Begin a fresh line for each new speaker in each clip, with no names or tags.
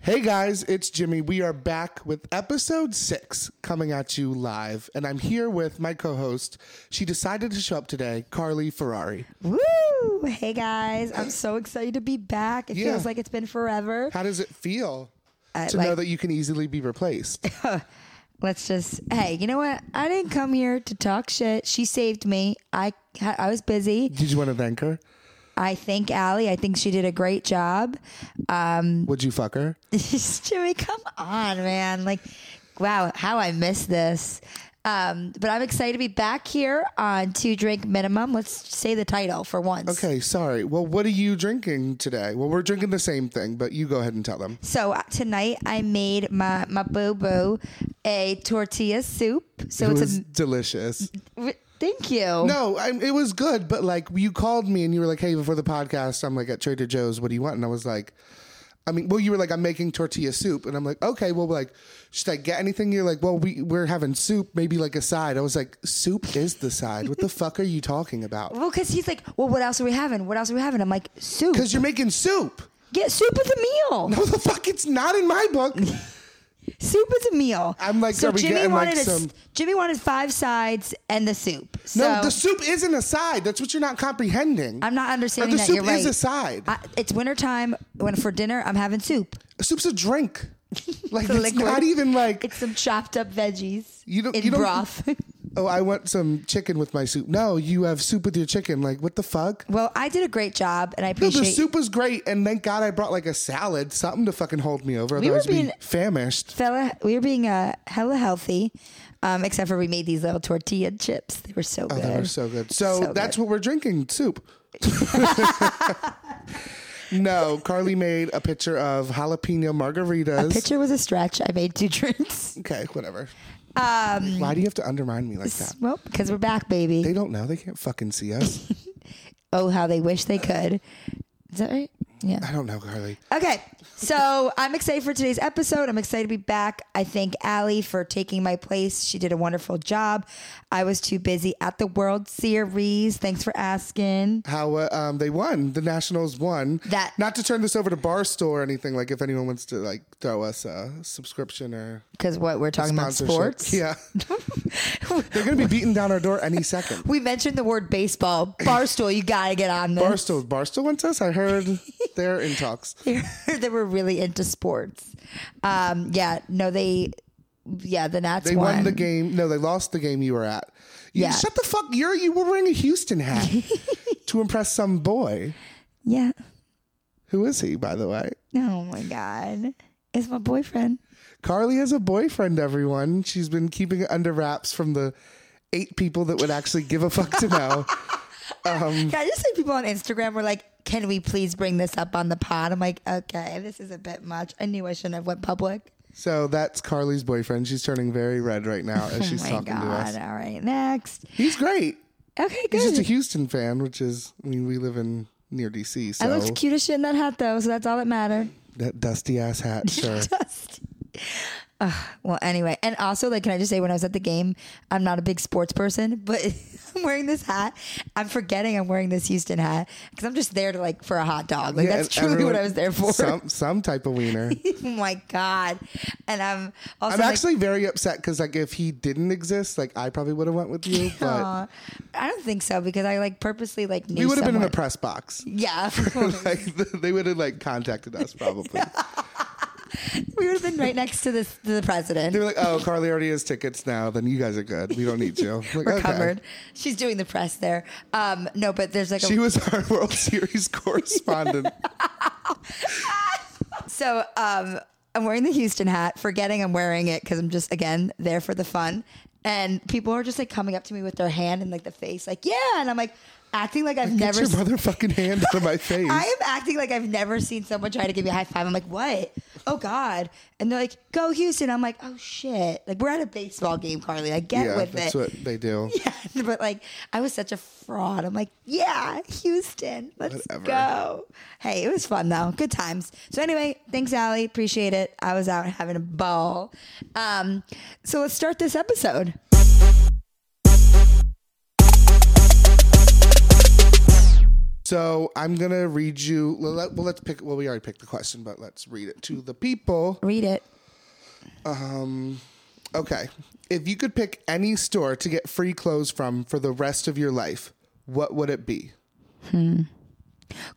Hey guys, it's Jimmy. We are back with episode six coming at you live, and I'm here with my co host. She decided to show up today, Carly Ferrari.
Woo! Hey guys, I'm so excited to be back. It
Yeah.
feels like it's been forever.
How does it feel
Uh,
to know
like-
that you can easily be replaced?
Let's just hey, you know what? I didn't come here to talk shit. She saved me. I I was busy.
Did you want to thank her?
I thank Allie. I think she did a great job. Uh,
Would you fuck her?
Jimmy, come on, man. Like, wow, how I miss this. Um, but I'm excited to be back here on Two Drink Minimum. Let's say the title for once.
Okay, sorry. Well, what are you drinking today? Well, we're drinking the same thing, but you go ahead and tell them.
So uh, tonight I made my my boo boo a tortilla soup. So
it
it's
was
a
delicious.
R- Thank you.
No, I, it was good, but like you called me and you were like, "Hey, before the podcast, I'm like at Trader Joe's. What do you want?" And I was like, "I mean, well, you were like, I'm making tortilla soup," and I'm like, "Okay, well, like, should I get anything?" You're like, "Well, we we're having soup, maybe like a side." I was like, "Soup is the side. What the fuck are you talking about?"
Well, because he's like, well, what else are we having? What else are we having? I'm like, soup.
Because you're making soup.
Yeah, soup is a meal.
No, the fuck, it's not in my book.
Soup is a meal.
I'm like,
so
are we
Jimmy
getting, like,
wanted a s-
some-
Jimmy wanted five sides and the soup. So
No, the soup isn't a side. That's what you're not comprehending.
I'm not understanding
the
that.
soup
You're right.
is a side.
I, it's wintertime. When for dinner, I'm having soup.
Soup's a drink. Like
The
it's
liquid.
not even like
It's some chopped up veggies
You don't-
in
you don't-
broth.
oh, I want some chicken with my soup. No, you have soup with your chicken. Like, what the fuck?
well, I did a great job, and
No,
I appreciate.
the soup was great, and thank God I brought like a salad, something to fucking hold me over.
We were
Otherwise, we'd be
being-
famished.
Fella, we were being uh, hella healthy, um, except for we made these little tortilla chips. They were so good.
Oh, They were so good. So,
So
that's what we're drinking soup. no, Carly made a picture of jalapeno margaritas.
Picture was a stretch. I made two drinks.
okay, whatever.
Um,
Why do you have to undermine me like that?
well, because we're back, baby.
They don't know. They can't fucking see us.
Oh, how they wish they could. Is that right? Yeah.
I don't know, Carly.
Okay. So I'm excited for today's episode. I'm excited to be back. I thank Allie for taking my place. She did a wonderful job. I was too busy at the World Series. Thanks for asking.
how uh, um, they won. The Nationals won.
That-
not to turn this over to Barstool or anything. Like if anyone wants to like throw us a subscription or
Because what we're talking about
sponsorship.
sports.
yeah, they're gonna be beating down our door any second.
We mentioned the word baseball. Barstool, you got to get on this.
Barstool, Barstool wants us. I heard they're in talks.
they were really into sports. Um, yeah, no, they, yeah, the Nats
They
won.
won. the game. No, they lost the game you were at. You,
Yeah.
Shut the fuck. You're you were wearing a Houston hat to impress some boy.
Yeah.
Who is he, by the way?
Oh my god, it's my boyfriend.
Carly has a boyfriend, everyone. She's been keeping it under wraps from the eight people that would actually give a fuck to know. Mm.
Can I just say people on Instagram were like, "Can we please bring this up on the pod?" I'm like, "Okay, this is a bit much. I knew I shouldn't have went public."
So that's Carly's boyfriend. She's turning very red right now as she's
oh my
talking to
god!
us.
All right, next.
He's great.
Okay,
He's just a
good.
Houston fan, which is I mean we live in near DC,
I
so
looked cute as shit in that hat though, so that's all that mattered.
that dusty ass hat, sure.
Just. Ugh, well, anyway, and also, like, can I just say, when I was at the game, I'm not a big sports person, but I'm wearing this hat. I'm forgetting I'm wearing this Houston hat because I'm just there to like for a hot dog. Like
Yeah,
that's
and
truly
everyone-
what I was there for.
Some some type of wiener.
oh my god! And I'm also
I'm
like,
actually very upset because like if he didn't exist, like I probably would have went with you, but
Aw, I don't think so because I like purposely like knew
we would have been in a
someone.
press box.
yeah,
like they would have like contacted us probably.
we would have been right next to this to
They
the president.
were like, "Oh, Carly already has tickets now. Then you guys are good. We don't need you." I'm Like,
We're
okay.
covered. She's doing the press there. Um, no, but there's like a
She was our World Series correspondent.
So um, I'm wearing the Houston hat, forgetting I'm wearing it because I'm just again there for the fun. And people are just like coming up to me with their hand and like the face, like yeah, and I'm like acting like I've
Get
never.
your
s-
motherfucking hand out of my face.
I am acting like I've never seen someone try to give me a high five. I'm like, what? Oh God! And they're like, go Houston. I'm like, oh shit! Like we're at a baseball game, Carly. I get
yeah,
with
that's
it.
what they do.
yeah, but like I was such a fraud. I'm like, yeah, Houston, let's
Whatever.
go. Hey, it was fun though, good times. So anyway, thanks, Allie, appreciate it. I was out having a ball. Um, so let's start this episode.
So I'm gonna read you. Well, let, well, let's pick. Well, we already picked the question, but let's read it to the people.
Read it.
Okay, if you could pick any store to get free clothes from for the rest of your life, what would it be?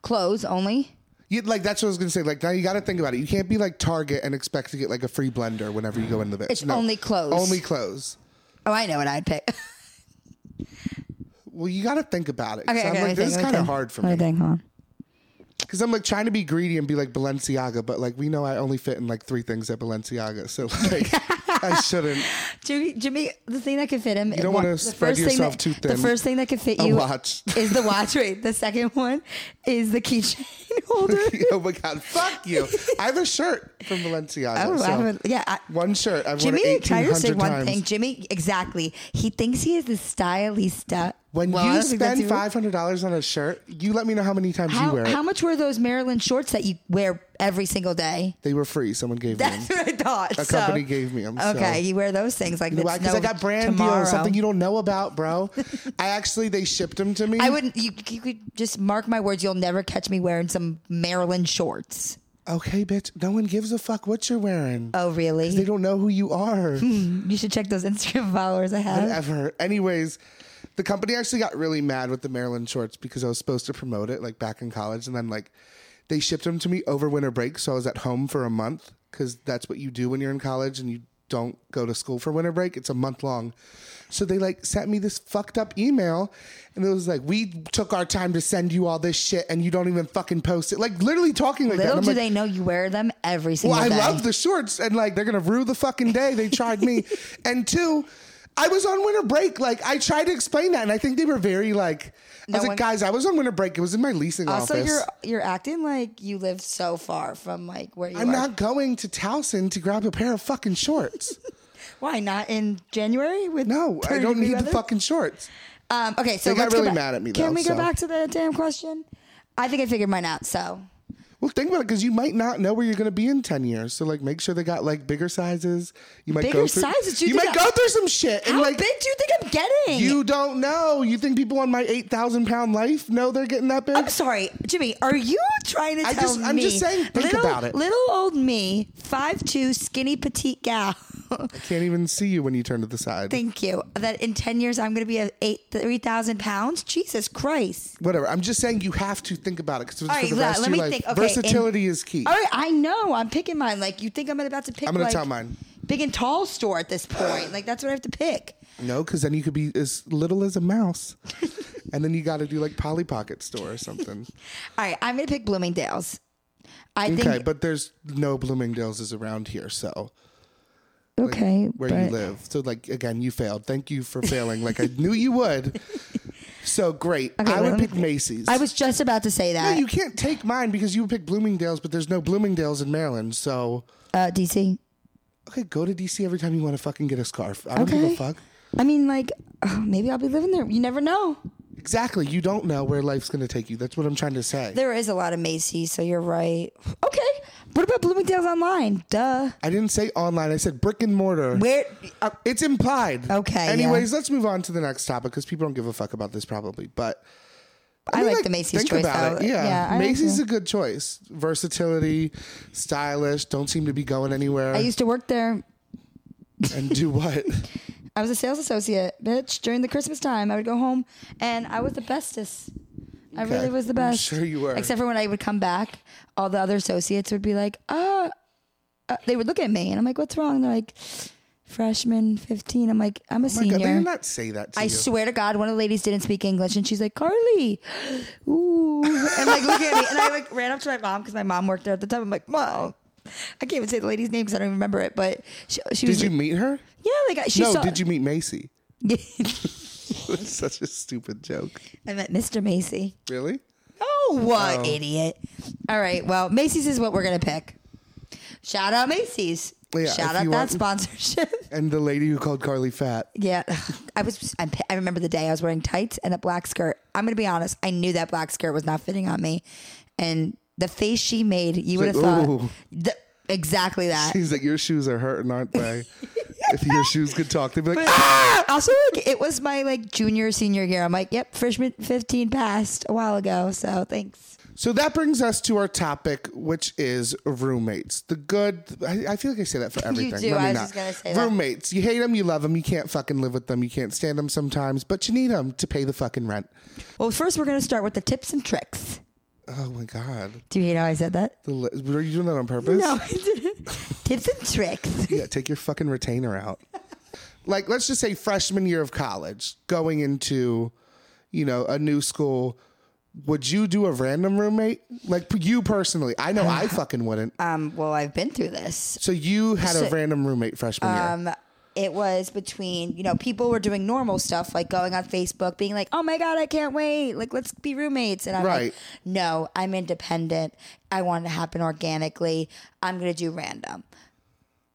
Clothes only.
You, like that's what I was gonna say. Like now you got to think about it. You can't be like Target and expect to get like a free blender whenever you go into the bitch.
It's only clothes.
Only clothes.
Oh, I know what I'd pick.
Well, you got to think about it. 'Cause
okay,
I'm
okay.
like, this is kind of hard for me
Think, hold on.
because I'm like trying to be greedy and be like Balenciaga, but like we know I only fit in like three things at Balenciaga, so like I shouldn't.
Jimmy, Jimmy, the thing that could fit him. You
don't wanna spread yourself
thing
too
that,
thin.
The first thing that could fit
A
you
watch.
is the watch. Wait, the second one is the keychain holder.
oh my god, fuck you! I have a shirt from Balenciaga.
oh,
so
I would, yeah. I,
one shirt. I've worn
Jimmy,
it
can I just say
1,800
one
times.
thing? Jimmy, exactly. He thinks he is the stylista.
When
Well, I
you
don't think that's
spend
even-
five hundred dollars on a shirt, you let me know how many times you
how,
wear it.
how much were those Maryland shorts that you wear every single day?
they were free. Someone gave me them.
That's what I thought.
A
so-
company gave me 'em, so-
Okay, you wear those things like
Why?
it's
Because
no
I got brand
tomorrow.
deals, something you don't know about, bro. I actually they shipped them to me.
I wouldn't. You, you could just mark my words. You'll never catch me wearing some Maryland shorts.
okay, bitch. No one gives a fuck what you're wearing.
Oh,
they
really?
don't know who you are.
You should check those Instagram followers I have.
Whatever. Anyways, the company actually got really mad with the Maryland shorts because I was supposed to promote it like back in college, and then like they shipped them to me over winter break, so I was at home for a month because that's what you do when you're in college and you don't go to school for winter break. It's a month long. So they like sent me this fucked up email and it was like, We took our time to send you all this shit and you don't even fucking post it. Like literally talking like that.
Little
And I'm
do
like,
they know you wear them every single
well, I
day.
love the shorts, and like they're gonna rue the fucking day they tried me. and two, I was on winter break. Like I tried to explain that, and I think they were very like, I
No
was like,
one-
guys, I was on winter break. It was in my leasing
also,
office.
you're you're acting like you live so far from like where you
I'm
are.
not going to Towson to grab a pair of fucking shorts.
Why not in January? With
No, I
30
don't
degree
need the
weather?
fucking shorts.
Um, okay, so
They got
let's go
really
back-
mad at me,
Can
though,
we
so.
go back to the damn question? I think I figured mine out. So
Well, think about it because you might not know where you're going to be in ten years. So, like, make sure they got like bigger sizes. You might go
Bigger
through,
sizes? You
You
think
might
I-
go through some shit. And
how
like,
big do you think I'm getting?
you don't know. You think people on my eight thousand pound life know they're getting that big?
I'm sorry, Jimmy. Are you trying to
I
tell
just-
me?
I'm just saying, think
little,
about it.
Little old me, five two, skinny petite gal.
Can't even see you when you turn to the side.
Thank you. That in ten years I'm going to be at eight three thousand pounds. Jesus Christ!
Whatever. I'm just saying you have to think about it because for
right,
the
let-
rest of
let
your
me
life,
think. Okay,
versatility is key.
All right, I know. I'm picking mine. Like you think I'm about to pick?
I'm gonna
like,
tell mine.
Big and tall store at this point. Like that's what I have to pick.
No, because then you could be as little as a mouse, and then you got to do like Polly Pocket store or something.
All right, I'm gonna pick Bloomingdale's. I
okay,
think
but there's no Bloomingdale's is around here, so like,
okay,
where you
but-
live. So like again, you failed. Thank you for failing. Like I knew you would. So great.
Okay,
I
wait,
would
let me
pick Macy's.
I was just about to say
No,
that.
you can't take mine because you would pick Bloomingdale's, but there's no Bloomingdale's in Maryland. So
uh, DC.
okay, go to DC every time you want to fucking get a scarf. I don't give
Okay.
a fuck.
I mean, like oh, maybe I'll be living there. You never know.
Exactly. You don't know where life's going to take you. That's what I'm trying to say.
There is a lot of Macy's, so you're right. Okay. What about Bloomingdale's online? Duh.
I didn't say online. I said brick and mortar.
Where? uh,
It's implied.
Okay,
Anyways, let's move on to the next topic because people don't give a fuck about this probably. But
I, like, the Macy's
think
choice.
about
though.
it. Yeah.
I like
Macy's is
it.
a good choice. Versatility, stylish. Don't seem to be going anywhere.
I used to work there.
and do what? Oh
I was a sales associate, bitch. During the Christmas time, I would go home, and I was the bestest. I
Okay.
really was the
I'm
best.
sure you were.
Except for when I would come back, all the other associates would be like, "Uh, uh," they would look at me, and I'm like, "What's wrong?" they're like, "Freshman, 15." I'm like, "I'm a
Oh My God,
senior."
they did not say that to
I
you.
swear to God, one of the ladies didn't speak English, and she's like, "Carly, ooh," and like look at me, and I like ran up to my mom because my mom worked there at the time. I'm like, "Mom, I can't even say the lady's name because I don't even remember it." But she, she
did
was,
you meet her?
yeah, like I- she
No,
saw.
did you meet Macy?
you?
That's such a stupid joke.
I met Mr. Macy.
Really?
Oh, what idiot! All right, well, Macy's is what we're gonna pick. Shout out Macy's.
Yeah, if
Shout out that
you want-
sponsorship.
And the lady who called Carly fat.
Yeah, I was. I'm, I remember the day I was wearing tights and a black skirt. I'm gonna be honest. I knew that black skirt was not fitting on me, and the face she made, you would have
like,
thought
"Ooh."
the, exactly that.
She's like, your shoes are hurting, aren't they? if your shoes could talk, they'd be like,
But also, like it was my like junior senior year. I'm like, yep, freshman 15 passed a while ago. So thanks.
So that brings us to our topic, which is roommates. The good. I, I feel like I say that for everything.
do.
Let me
I was
not.
just gonna say that.
roommates. You hate them, you love them, you can't fucking live with them, you can't stand them sometimes, but you need them to pay the fucking rent.
Well, first we're gonna start with the tips and tricks.
Oh my god.
Do you hate how I said that?
The li- Were you doing that on purpose?
No, I didn't. tips and tricks.
Yeah, take your fucking retainer out. like, let's just say freshman year of college, going into, you know, a new school. Would you do a random roommate? Like you personally, I know I fucking wouldn't.
Um, well, I've been through this.
So you had a
So-
random roommate freshman year.
Um, it was between you know people were doing normal stuff like going on Facebook, being like, "Oh my god, I can't wait! Like let's be roommates." And I'm
Right.
like, "No, I'm independent. I want it to happen organically. I'm gonna do random."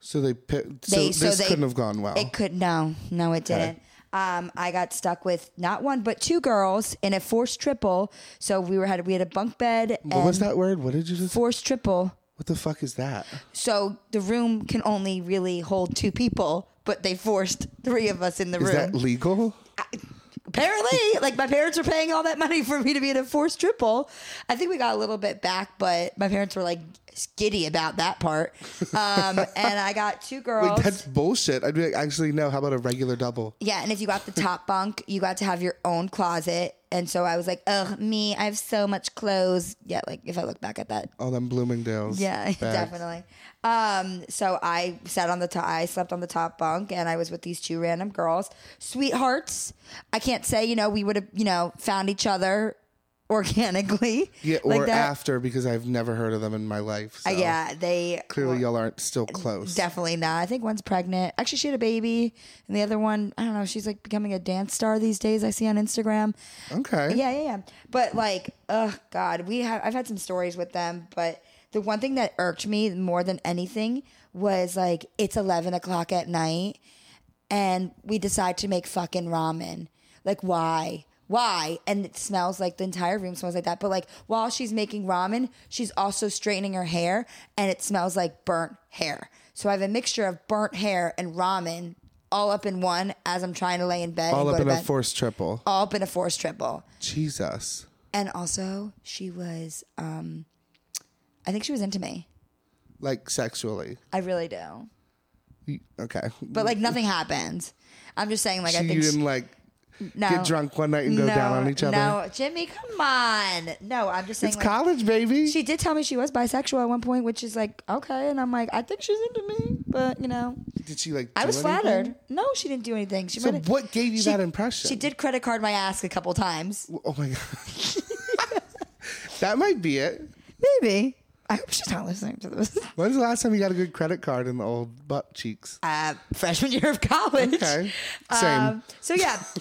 So they, pi- so
They-
this
so they-
couldn't have gone well.
It could no, no, it didn't. Um, I got stuck with not one but two girls in a forced triple. So we were had we had a bunk bed and
what was that word? What did you just?
forced triple.
What the fuck is that?
So the room can only really hold two people, but they forced three of us in the
Is
room.
that legal?
apparently like my parents were paying all that money for me to be in a forced triple i think we got a little bit back but my parents were like skitty about that part um, and i got two girls
Wait, that's bullshit. I'd be like, actually no. How about a regular double?
yeah and if you got the top bunk you got to have your own closet and so i was like ugh me i have so much clothes yeah like if i look back at that
All them Bloomingdale's.
yeah
bags.
definitely um, so i sat on the top i slept on the top bunk and i was with these two random girls sweethearts i can't say you know we would have you know found each other organically
Yeah, or
like that
after because I've never heard of them in my life. So
Uh, yeah they
Clearly,
were
y'all aren't still close.
definitely not i think one's pregnant actually she had a baby and the other one i don't know she's like becoming a dance star these days i see on instagram
okay.
yeah, yeah, yeah. But like, oh god, we have. I've had some stories with them, but the one thing that irked me more than anything was like, it's eleven o'clock at night, and we decide to make fucking ramen. Like, why? Why? And it smells like the entire room smells like that. But like, while she's making ramen, she's also straightening her hair, and it smells like burnt hair. So I have a mixture of burnt hair and ramen all up in one as I'm trying to lay in bed.
All
and
up
go
in
to
a
bed.
forced triple.
all up in a forced triple.
Jesus.
And also, she was, um, I think she was into me.
Like sexually.
I really do.
You- Okay.
But like, nothing happened. I'm just saying, like,
so
I
you
think.
didn't
She,
like
no.
get drunk one night and go
no,
down on each other.
No, Jimmy, come on. No, I'm just saying.
It's
like,
college, baby.
she did tell me she was bisexual at one point, which is like, okay. And I'm like, I think she's into me. But, you know,
did she like?
I
do
was
anything?
flattered. No, she didn't do anything. She
So
might have-
what gave you
she-
that impression?
She did credit card my ass a couple times.
Oh my god. that might be it.
Maybe. I hope she's not listening to this.
When's the last time you got a good credit card in the old butt cheeks?
uh, freshman year of college.
Okay. Same.
Um, so yeah.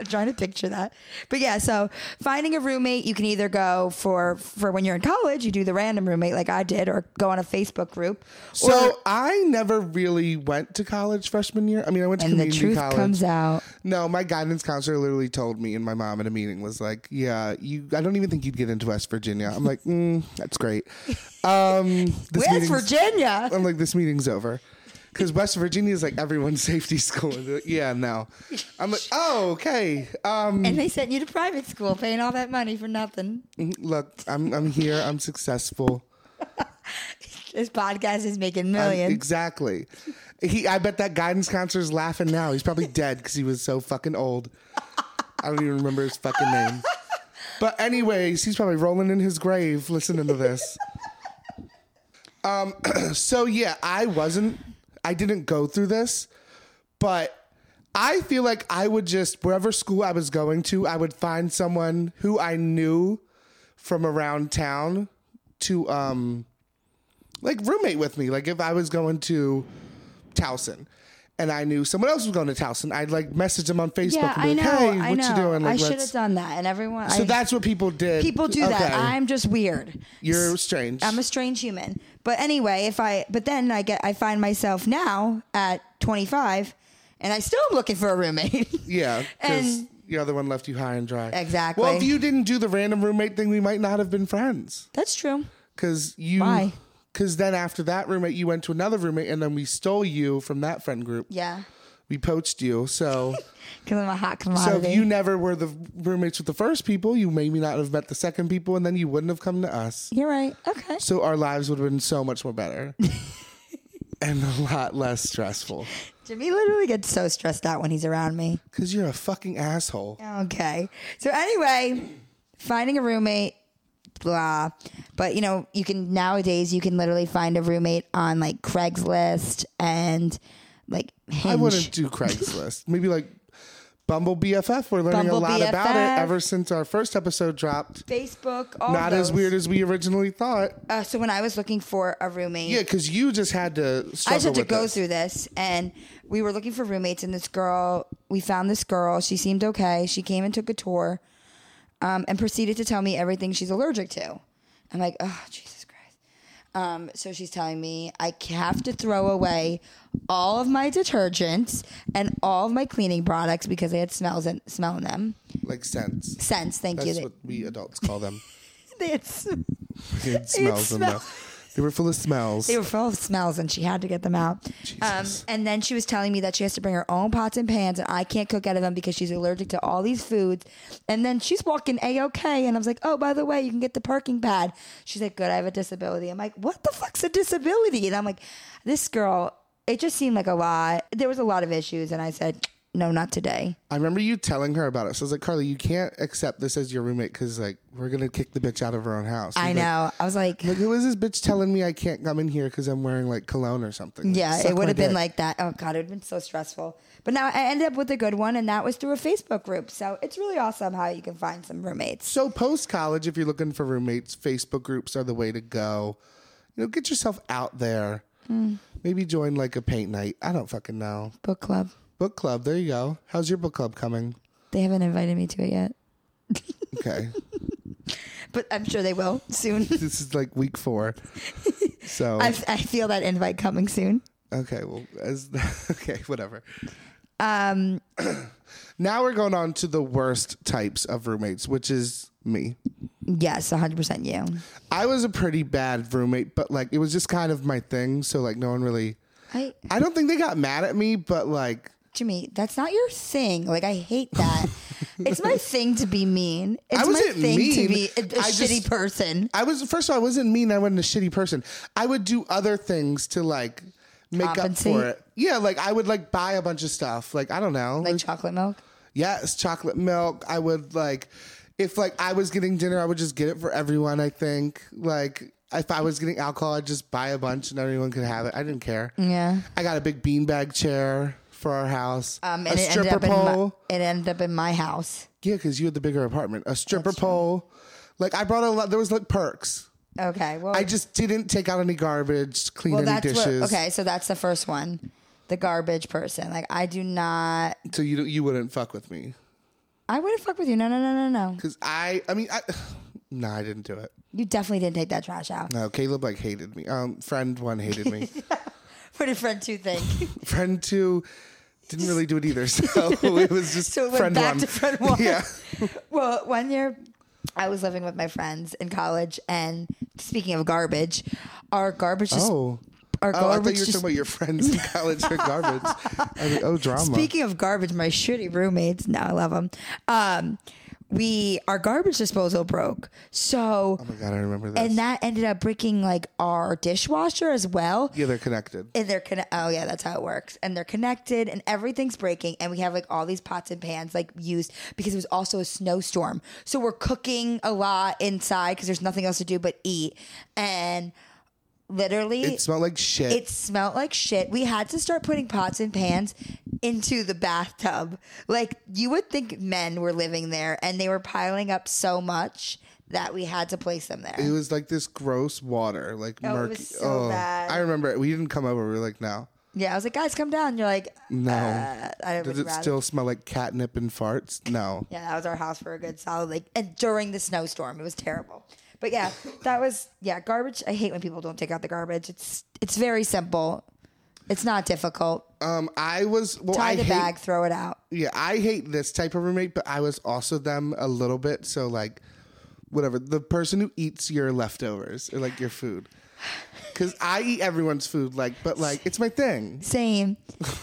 I'm trying to picture that. But yeah, so finding a roommate, you can either go for for when you're in college, you do the random roommate like I did, or go on a Facebook group.
so I never really went to college freshman year. I mean, I went to
and the
community
truth
college.
comes out.
no, my guidance counselor literally told me and my mom at a meeting was like, "Yeah, you. I don't even think you'd get into West Virginia." I'm like, mm, "That's great." Um, this
West
meeting's-
Virginia.
I'm like, "This meeting's over." Because West Virginia is like everyone's safety school. And they're like, yeah, no. I'm like, oh, okay. Um,
And they sent you to private school paying all that money for nothing.
look, I'm I'm here. I'm successful.
This podcast is making
I'm-
1000000s
exactly. He. I bet that guidance counselor's laughing now. He's probably dead because he was so fucking old. I don't even remember his fucking name. But anyways, he's probably rolling in his grave listening to this. Um. so yeah, I wasn't. I didn't go through this, but. I feel like I would just wherever school I was going to, I would find someone who I knew from around town to um like roommate with me. Like if I was going to Towson and I knew someone else was going to Towson, I'd like message them on Facebook
Yeah,
and be
I know.
like, hey,
I
what
know.
you doing? Like,
I should
let's-
have done that. And everyone,
so
I,
that's what people did.
people do
Okay.
that. I'm just weird.
You're strange.
I'm a strange human. But anyway, if I but then I get I find myself now at 25 and I still am looking for a roommate.
yeah. Because
and-
the other one left you high and dry.
Exactly.
Well, if you didn't do the random roommate thing, we might not have been friends.
That's true.
Because you.
Why?
Because then after that roommate, you went to another roommate, and then we stole you from that friend group.
Yeah.
We poached you. So,
Because I'm a hot
so
commodity.
if you never were the roommates with the first people, you maybe not have met the second people, and then you wouldn't have come to us.
You're right. Okay.
So our lives would have been so much more better. And a lot less stressful
Jimmy literally gets so stressed out when he's around me.
because you're a fucking asshole.
Okay. So anyway, finding a roommate, blah. But you know, you can nowadays you can literally find a roommate on like Craigslist and like Hinge.
I wouldn't do Craigslist. Maybe like Bumble BFF. We're learning a
Bumble
lot about
BFF.
it ever since our first episode dropped.
Facebook. All
Not as
those.
weird as we originally thought.
Uh, so when I was looking for a roommate,
Yeah, because you just had to.
I just
struggle
had to
with
go
this.
through this, and we were looking for roommates, and this girl, we found this girl. She seemed okay. She came and took a tour, um, and proceeded to tell me everything she's allergic to. I'm like, oh Jesus Christ! Um, so she's telling me I c- have to throw away all of my detergents and all of my cleaning products because they had smells in, smell in them.
Like scents.
Scents, thank you.
That's
They,
what we adults call them.
they had s-
It smells in
smell-
them. They were full of smells.
They were full of smells, and she had to get them out. Um,
Jesus.
and then she was telling me that she has to bring her own pots and pans, and I can't cook out of them because she's allergic to all these foods. And then she's walking a okay, and I was like, "Oh, by the way, you can get the parking pad." She's like, "Good, I have a disability." I'm like, "What the fuck's a disability?" And I'm like, "This girl." It just seemed like a lot. There was a lot of issues, and I said, "No, not today."
I remember you telling her about it. So I was like, Carly, you can't accept this as your roommate because like we're gonna kick the bitch out of her own house.
I
You're like,
know. I was like,
Like, who is this bitch telling me I can't come in here because I'm wearing like cologne or something? Like,
Yeah,
suck
it
my
would have been
dick.
like that. Oh god, it would have been so stressful. But now I ended up with a good one, and that was through a Facebook group. So it's really awesome how you can find some roommates.
So post college, if you're looking for roommates, Facebook groups are the way to go. You know, get yourself out there.
Mm.
Maybe join like a paint night. I don't fucking know.
Book club.
Book club. There you go. How's your book club coming?
They haven't invited me to it yet,
Okay,
but I'm sure they will soon.
this is like week four. So
I, I feel that invite coming soon.
okay, well, as okay, whatever.
Um,
Now we're going on to the worst types of roommates, which is me.
yes, 100 percent you.
I was a pretty bad roommate, but like it was just kind of my thing. So like no one really.
I
I don't think they got mad at me, but like
Jimmy, that's not your thing. Like I hate that. it's my thing to be mean. It's
I
my
wasn't
thing to
mean.
be a, a
I just-
shitty person.
I was first of all, I wasn't mean. I wasn't a shitty person. I would do other things to like make
Compensate?
up for it. Yeah, like I would like buy a bunch of stuff. Like I don't know.
Like chocolate milk.
yes, chocolate milk. I would like if like I was getting dinner, I would just get it for everyone. I think like if I was getting alcohol, I'd just buy a bunch and everyone could have it. I didn't care.
Yeah.
I got a big beanbag chair for our house.
Um,
a
and it
stripper
ended up
pole.
in my, it ended up in my house.
yeah, because you had the bigger apartment. A stripper pole. Like I brought a lot. There was like perks.
Okay. Well,
I just didn't take out any garbage, clean
well,
any
that's
dishes.
what. Okay, so that's the first one, the garbage person. Like, I do not.
So you don't- you wouldn't fuck with me
I wouldn't fuck with you. No, no, no, no, no.
because I I mean I no I didn't do it.
You definitely didn't take that trash out.
No, Caleb like hated me. Um, friend one hated me.
What did friend two think?
friend two didn't really do it either. So it was just
So it went
friend
back
one.
to friend one.
Yeah.
well, one year I was living with my friends in college, and speaking of garbage, our garbage. Dis-
Oh.
Our
Oh, I thought you were
garbage.
talking
dis-
about your friends in college for garbage. I was like, oh, drama.
Speaking of garbage, my shitty roommates. No, I love them. Um, we our garbage disposal broke, so
oh my god, I remember this.
and that ended up breaking like our dishwasher as well.
yeah, they're connected.
and they're conne- oh yeah that's how it works and they're connected and everything's breaking and we have like all these pots and pans like used because it was also a snowstorm so we're cooking a lot inside because there's nothing else to do but eat and literally
It smelled like shit.
it smelled like shit. We had to start putting pots and pans into the bathtub. Like you would think men were living there and they were piling up so much that we had to place them there.
It was like this gross water, like
Oh, it
murky.
was so bad.
I remember it. We didn't come over. We were like, no.
yeah, I was like, guys, come down. You're like,
No.
uh, I would
Does it
rather-
still smell like catnip and farts? No.
Yeah, that was our house for a good solid like and during the snowstorm. It was terrible. But yeah, that was yeah, garbage. I hate when people don't take out the garbage. It's it's very simple. It's not difficult.
Um, I was well.
Tie
I
the
hate,
bag, throw it out.
Yeah, I hate this type of roommate, but I was also them a little bit. So like, whatever. The person who eats your leftovers or like your food. because I eat everyone's food. Like, but like, it's my thing.
Same.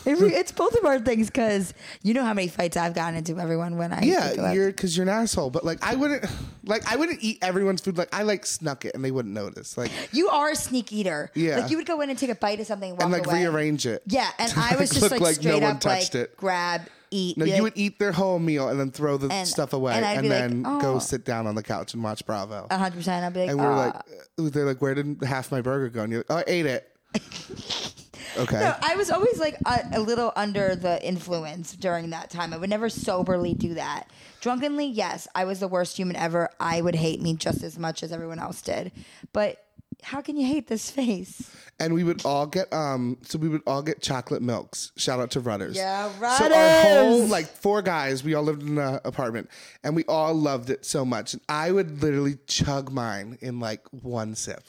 It re- it's both of our things because you know how many fights I've gotten into everyone when I pick them
Yeah,
up.
you're because you're an asshole. But like, I wouldn't like I wouldn't eat everyone's food. Like, I like snuck it and they wouldn't notice. Like,
You are a sneak eater.
Yeah.
Like you would go in and take a bite of something and walk
and like
away.
rearrange it.
Yeah, and I was just
Look
like,
like no
straight
one
up like
touched it.
grab, eat.
No,
be
you
like,
would eat their whole meal and then throw the
And-
stuff away
and I'd
and,
be like,
then
"Oh."
go sit down on the couch and watch Bravo.
100%. I'd be like,
and we were
"Aw."
like, uh, they're like, where did half my burger go? And you're like, oh, I ate it. okay.
No, I was always like a, a little under the influence during that time. I would never soberly do that. Drunkenly, yes, I was the worst human ever. I would hate me just as much as everyone else did. But how can you hate this face?
and we would all get um so we would all get chocolate milks shout out to rudders
Yeah,
so our whole
Rudders.
like four guys we all lived in an apartment and we all loved it so much and i would literally chug mine in like one sip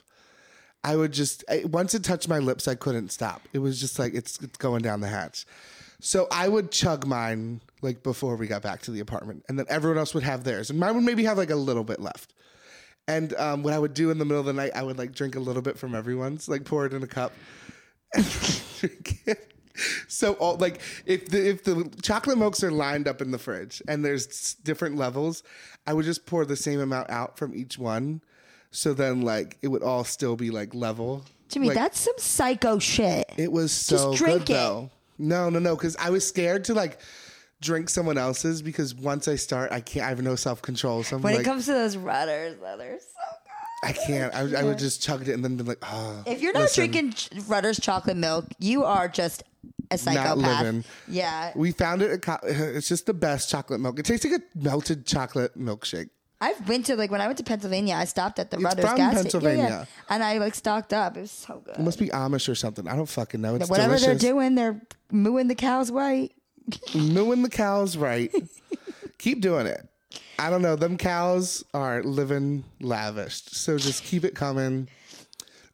i would just I, once it touched my lips i couldn't stop it was just like it's, it's going down the hatch so i would chug mine like before we got back to the apartment and then everyone else would have theirs and mine would maybe have like a little bit left and um, what I would do in the middle of the night, I would like drink a little bit from everyone's, like pour it in a cup, drink it. So all like if the if the chocolate milks are lined up in the fridge and there's s- different levels, I would just pour the same amount out from each one. So then like it would all still be like level.
Jimmy,
Like,
that's some psycho shit.
it was so
drink
good
it.
though. No, no, no, because I was scared to like drink someone else's because once I start, I can't. I have no self control. So I'm
when
like,
it comes to those rudders, though, they're so
I can't. I, I would just chugged it and then be like, oh.
good. If you're not drinking ch- rudders chocolate milk, you are just a psychopath.
living.
Yeah.
We found it. At co- it's just the best chocolate milk. It tastes like a melted chocolate milkshake.
I've been to like when I went to Pennsylvania, I stopped at the Rutter's
from
gas station,
Pennsylvania.
and I like stocked up. It was so good.
It must be Amish or something. I don't fucking know. It's
Whatever
delicious.
they're doing, they're mooing the cows white.
Mooing the cows right. keep doing it. I don't know. Them cows are living lavish. So just keep it coming.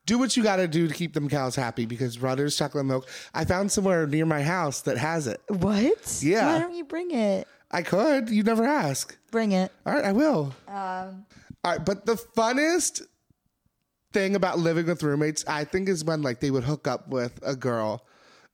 Do what you got to do to keep them cows happy because Rutter's chocolate milk. I found somewhere near my house that has it.
What?
Yeah.
Why don't you bring it?
I could. You never ask.
Bring it.
All right, I will. Um, All right, but the funnest thing about living with roommates, I think, is when like they would hook up with a girl,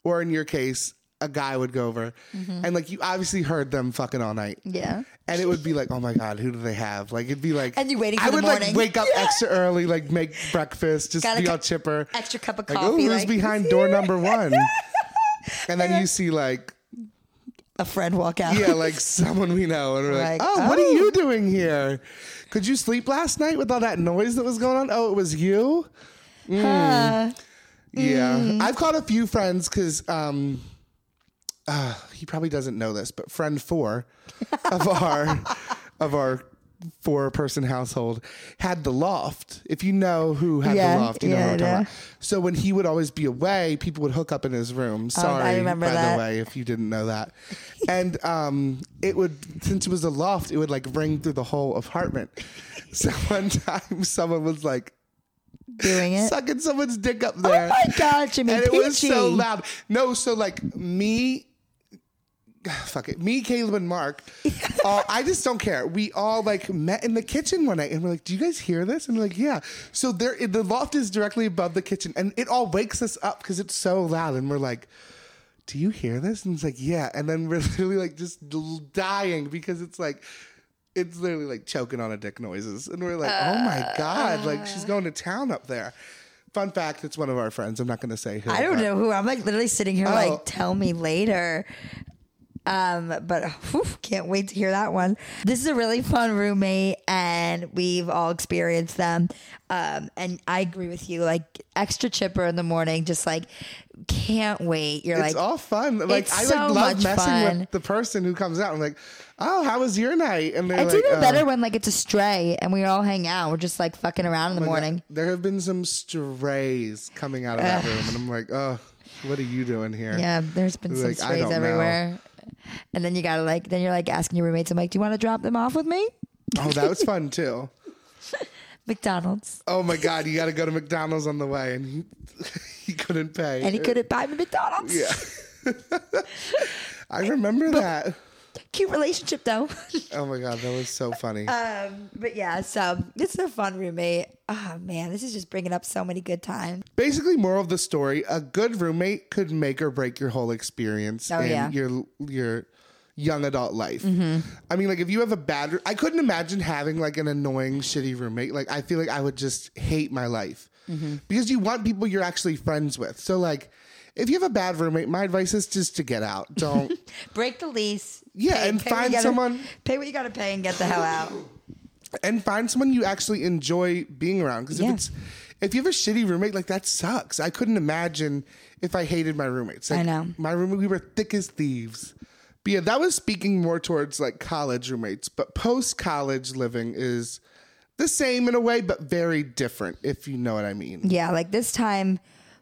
or in your case, a guy would go over, and like you obviously heard them fucking all night.
Mm-hmm. Yeah.
And it would be like, oh my god, who do they have? Like it'd be like,
And you're waiting for
I
the
would
morning.
like wake up extra early, like make breakfast, just
Gotta
be all
ca-
chipper.
Extra cup of
Like,
coffee.
oh, who's
like,
behind door number one? And then you see like,
A friend walk out.
yeah, like someone we know, and we're like,
Like,
oh, what are
oh.
you doing here? Could you sleep last night with all that noise that was going on? Oh, it was you. Hmm.
Uh,
Yeah,
Hmm.
I've called a few friends because um, uh, he probably doesn't know this, but friend four of our of our four person household had the loft. If you know who had
Yeah,
the loft, you know
yeah,
who I'm
yeah.
talking about. So when he would always be away, people would hook up in his room. Sorry,
Oh, remember
by
that.
the way, if you didn't know that. and um, it would since it was a loft, it would like ring through the whole apartment. So one time, someone was like
doing it.
sucking someone's dick up
oh
there
my God, Jimmy
and
Peachy.
it was so loud. No, so like me, fuck it, me, Caleb, and Mark. all, I just don't care. We all like met in the kitchen one night, and we're like, "Do you guys hear this?" And we're like, "Yeah." So there, the loft is directly above the kitchen, and it all wakes us up because it's so loud, and we're like. Do you hear this? And it's like, yeah. And then we're literally like just l- dying because it's like, it's literally like choking on a dick noises. And we're like, oh my God, like
Uh.
she's going to town up there. Fun fact, it's one of our friends. I'm not going to say who.
I don't
but-
know who. I'm like literally sitting here,
Oh.
like, tell me later. Um, but whew, can't wait to hear that one. This is a really fun roommate, and we've all experienced them. Um, and I agree with you, like extra chipper in the morning, just like can't wait. You're
it's
like,
all fun. Like
It's
I
so
like love
much
messing
fun.
with the person who comes out. I'm like, oh, how was your night? And they're
it's
like,
even
"Uh,
better when like it's a stray and we all hang out. We're just like fucking around in the morning.
There have been some strays coming out of that room, and I'm like, oh, what are you doing here?
Yeah, there's been some
Like, I
strays
don't know.
everywhere. And then you gotta like, then you're like asking your roommates, I'm like, do you want to drop them off with me?
Oh, that was fun too.
McDonald's.
Oh my God, you got to go to McDonald's on the way, and he he couldn't pay.
and he couldn't buy me McDonald's.
Yeah. I remember that.
Cute relationship though.
Oh my god, that was so funny.
um, but yeah, so it's a fun roommate. Oh man, this is just bringing up so many good times.
Basically, moral of the story: a good roommate could make or break your whole experience
Oh,
and
yeah.
your your young adult life. I mean, like if you have a bad, I couldn't imagine having like an annoying, shitty roommate. Like I feel like I would just hate my life because you want people you're actually friends with. So like. If you have a bad roommate, my advice is just to get out. Don't.
Break the lease.
Yeah, and
what you
find
gotta-
someone-
Pay what you gotta pay and get the hell out.
and find someone you actually enjoy being around. Because
Yeah.
if it's if you have a shitty roommate, like that sucks. I couldn't imagine if I hated my roommates. Like,
I know.
my roommate. We were thick as thieves. But yeah, that was speaking more towards like college roommates. But post college living is the same in a way, but very different. If you know what I mean.
Yeah, like this time,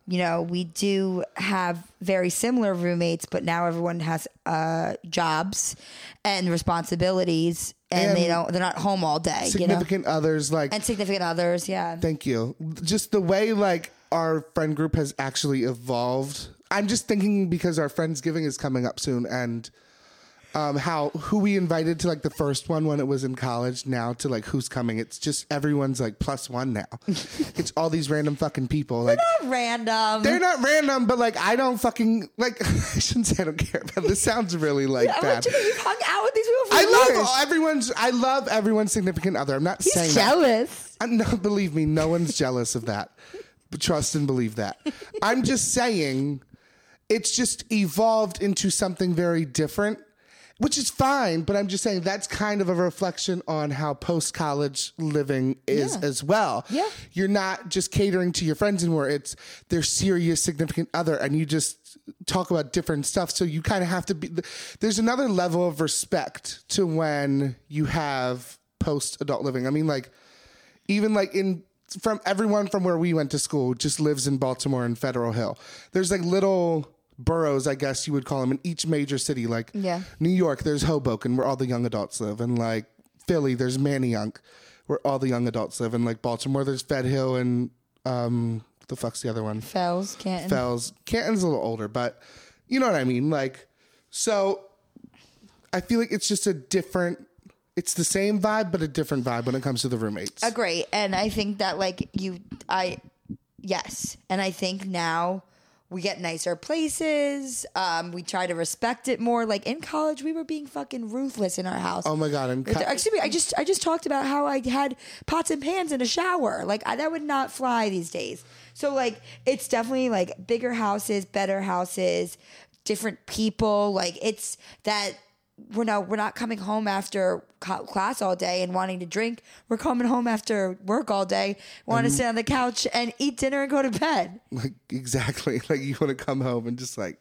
you know, we do have very similar roommates, but now everyone has uh, jobs and responsibilities, and, they
And
don't—they're not home all day, you know.
Significant others like
And significant others, yeah.
Thank you. Just the way like our friend group has actually evolved. I'm just thinking because our Friendsgiving is coming up soon and um, how who we invited to like the first one when it was in college now to like who's coming. It's just everyone's like plus one now. it's all these random fucking people. Like
Random.
they're not random, but like I don't fucking like I shouldn't say I don't care about this. Sounds really like
I'm like,
bad.
Jimmy, you've hung out with these people for
I
years.
love everyone's I love everyone's significant other. I'm not saying
He's
that.
jealous.
I'm not believe me, no one's jealous of that. But trust and believe that. I'm just saying it's just evolved into something very different, which is fine, but I'm just saying that's kind of a reflection on how post college living is
Yeah.
as well.
Yeah.
You're not just catering to your friends anymore. It's their serious significant other and you just talk about different stuff. So you kind of have to be there's another level of respect to when you have post adult living. I mean like even like in from everyone from where we went to school just lives in Baltimore and Federal Hill. There's like little boroughs, I guess you would call them, in each major city. Like
Yeah.
New York, there's Hoboken where all the young adults live, and like Philly, there's Manayunk where all the young adults live, and like Baltimore, there's Fed Hill and um, the fuck's the other one?
Fells can't.
Fells. Canton's a little older, but you know what I mean. Like, so I feel like it's just a different. It's the same vibe, but a different vibe when it comes to the roommates.
Agree. And I think that like you I yes. And I think now we get nicer places. Um, we try to respect it more. Like in college, we were being fucking ruthless in our house.
Oh my god! I'm
With the- Excuse me. I just I just talked about how I had pots and pans in a shower. Like I, that would not fly these days. So like it's definitely like bigger houses, better houses, different people. Like it's that we're not we're not coming home after co- class all day and wanting to drink. We're coming home after work all day, want to sit on the couch and eat dinner and go to bed.
like exactly like you want to come home and just like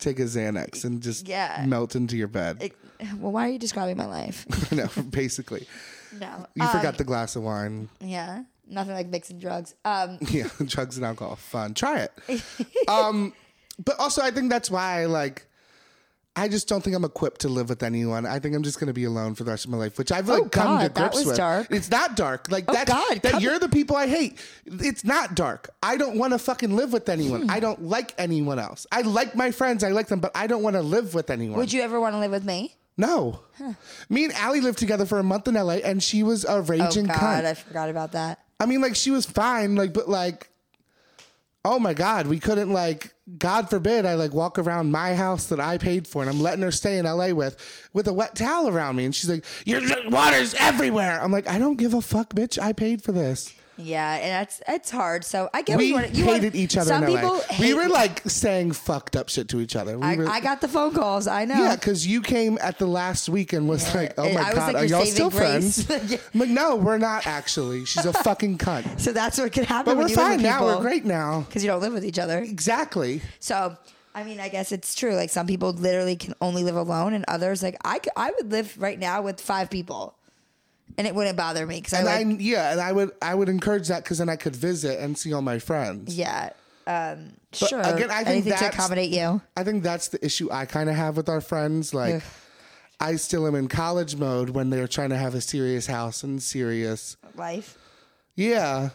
take a Xanax and just
Yeah.
melt into your bed.
It- well, why are you describing my life?
no, basically,
No.
you
Um,
forgot the glass of wine.
Yeah. Nothing like mixing drugs. Um,
Yeah, drugs and alcohol, fun. Try it. um, but also, I think that's why like. I just don't think I'm equipped to live with anyone. I think I'm just going to be alone for the rest of my life, which I've like
Oh,
come to
God, that
grips
was
with.
dark. Oh,
It's not dark. Like that's
God,
that
come-
you're the people I hate. It's not dark. I don't want to fucking live with anyone.
Hmm.
I don't like anyone else. I like my friends. I like them, but I don't want to live with anyone.
would you ever want to live with me?
No. Me and Allie lived together for a month in LA and she was a raging
oh
cunt.
God, I forgot about that.
I mean, like, she was fine, like, but like, oh my God, we couldn't, like, God forbid I, like, walk around my house that I paid for and I'm letting her stay in LA with, with a wet towel around me. And she's like, your water's everywhere. I'm like, I don't give a fuck, bitch. I paid for this.
Yeah, and that's it's hard. So I get what
we
you want. You
hated
want,
each other
Some
in LA.
people
we
hate-
were, like, saying fucked up shit to each other. We
I,
were,
I got the phone calls. I know.
yeah, because you came at the last week and was like, "Oh
and
my
I was
god,
like,
are
"You're
y'all
saving
still
grace."
friends?"
Yeah.
I'm like, no, we're not actually. She's a fucking cunt.
so that's what could happen.
But
when
we're
you live
fine
with
now. We're
people,
great now.
because you don't live with each other.
Exactly.
So I mean, I guess it's true. Like some people literally can only live alone, and others like I could, I would live right now with five people, and it wouldn't bother me because I
And I,
like
yeah, and I would I would encourage that because then I could visit and see all my friends.
yeah. Um, sure.
again, I think
anything to
that's-
accommodate you.
I think that's the issue I kind of have with our friends. Like,
Ugh.
I still am in college mode when they're trying to have a serious house and serious,
Life.
yeah.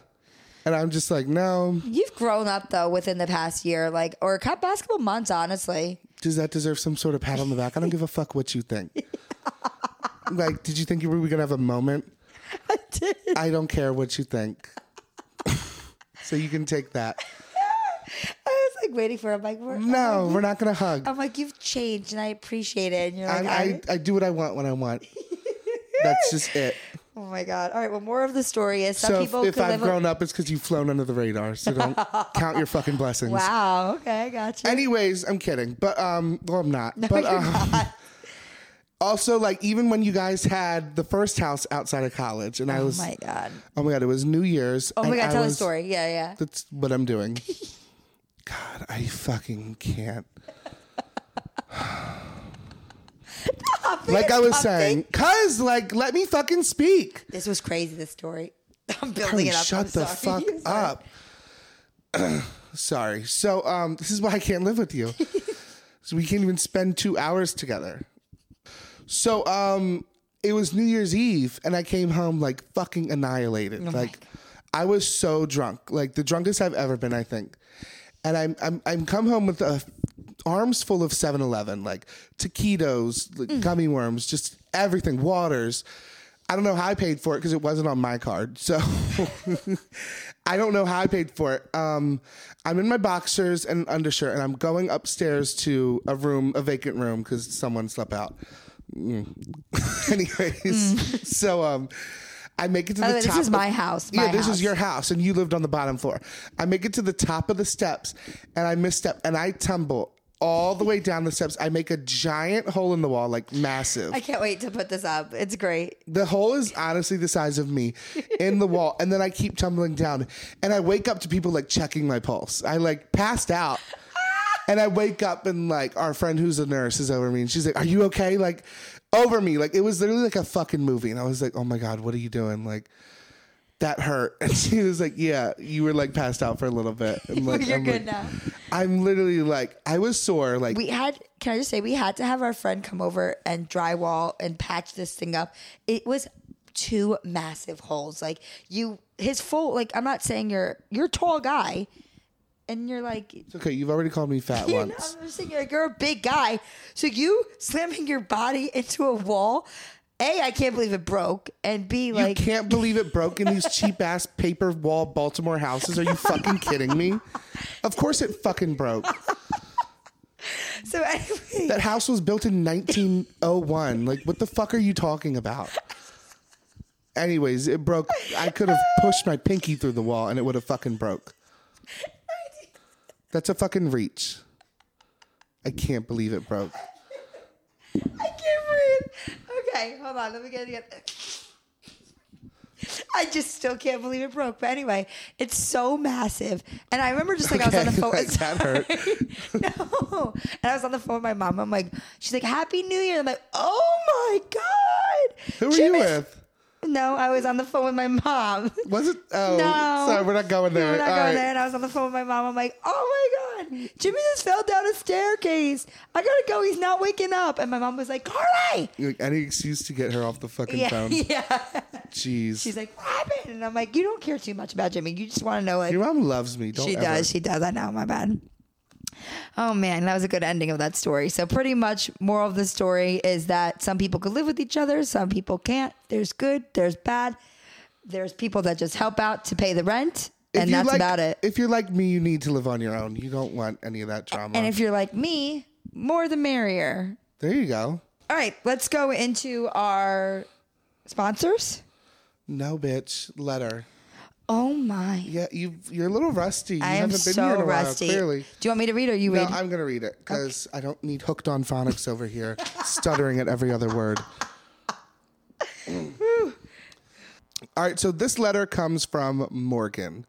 And I'm just like, no.
You've grown up though within the past year, like or a couple basketball months, honestly.
Does that deserve some sort of pat on the back? I don't give a fuck what you think. like, did you think you were going to have a moment?
I did.
I don't care what you think. so you can take that.
I was like waiting for. It. I'm like, we're,
No, we're not going to hug.
I'm like, you've changed, and I appreciate it. And you're like, I,
I, I, I do what I want when I want. That's just it.
oh my god. All right. Well, more of the story is some
So if,
people
if
could
I've
live. a-
grown up, it's because you've flown under the radar. So don't count your fucking blessings.
wow. Okay, I got you.
Anyways, I'm kidding, but um, well, I'm not. but um, also, like, even when you guys had the first house outside of college, and I
oh
was,
my god.
oh my god, it was New Year's.
Oh my god.
I
tell
was,
the story. Yeah, yeah.
That's what I'm doing. God, I fucking can't. Like I was saying, cause like, let me fucking speak.
This was crazy. This story. I'm building
Carly,
it up.
shut
I'm
the
sorry.
fuck up. sorry. So um, this is why I can't live with you. so we can't even spend two hours together. So um, it was New Year's Eve, and I came home like fucking annihilated. like I was so drunk, like the drunkest I've ever been, I think. And I'm I'm I'm come home with a arms full of 7-Eleven, like taquitos, like
Mm.
gummy worms, just everything, waters. I don't know how I paid for it because it wasn't on my card. So I don't know how I paid for it. Um, I'm in my boxers and undershirt, and I'm going upstairs to a room, a vacant room, because someone slept out. Mm. Anyways, so um, I make it to
Mm. By the
the
way, this
top.
is
of-
my house,
yeah,
my
this
house.
is your house, and you lived on the bottom floor. I make it to the top of the steps, and I misstep, and I tumble all the way down the steps. I make a giant hole in the wall, like massive.
I can't wait to put this up. It's great.
The hole is honestly the size of me in the wall. And then I keep tumbling down. And I wake up to people like checking my pulse. I like passed out. And I wake up and like our friend who's a nurse is over me and she's like, Are you okay? Like over me. Like it was literally like a fucking movie. And I was like, Oh my God, what are you doing? Like that hurt. And she was like, Yeah, you were like passed out for a little bit. And, like,
You're
I'm
good
like-
now.
I'm literally like, I was sore. Like
We had, can I just say, we had to have our friend come over and drywall and patch this thing up. It was two massive holes. Like you, his full, like I'm not saying you're, you're a tall guy and you're like,
it's okay, you've already called me fat
you know,
once.
I'm just saying you're like, you're a big guy. So you slamming your body into a wall. A, I can't believe it broke. And B, like,
you can't believe it broke in these cheap ass paper wall Baltimore houses. Are you fucking kidding me? Of course it fucking broke.
so anyway.
That house was built in 1901. Like, what the fuck are you talking about? Anyways, it broke. I could have pushed my pinky through the wall and it would have fucking broke. That's a fucking reach. I can't believe it broke.
I can't breathe. Okay, hold on. Let me get it again. I just still can't believe it broke. But anyway, it's so massive. And I remember just like I was on the
Okay,
phone.
like, that
hurt. no. And I was on the phone with my mom. I'm like, she's like, Happy New Year. I'm like, oh my God.
Who were you
Jimmy-
with?
No, I was on the phone with my mom.
Was it? Oh,
No.
sorry, we're not going there.
We're not
All
going
right.
there. And I was on the phone with my mom. I'm like, oh my God, Jimmy just fell down a staircase. I gotta go. He's not waking up. And my mom was like, Carly.
Like, Any excuse to get her off the fucking
Yeah,
phone.
yeah.
Jeez.
She's like, what happened? And I'm like, you don't care too much about Jimmy. You just want to know, like,
Your mom loves me. Don't
she
ever.
does. She does. I know. My bad. Oh man, that was a good ending of that story. So pretty much, moral of the story is that some people could live with each other, some people can't. There's good, there's bad, there's people that just help out to pay the rent,
If
and
you
that's
like-
about it.
If you're like me, you need to live on your own. You don't want any of that drama.
And if you're like me, more the merrier.
there you go.
All right, let's go into our sponsors.
No, bitch. Letter.
Oh my,
Yeah, you. You're a little rusty. You
I am
haven't been
so
here in a
rusty.
while.
Do
Clearly.
you want me to read or you
No,
read?
I'm gonna read it because I don't need hooked on phonics over here, stuttering at every other word. All right, so this letter comes from Morgan.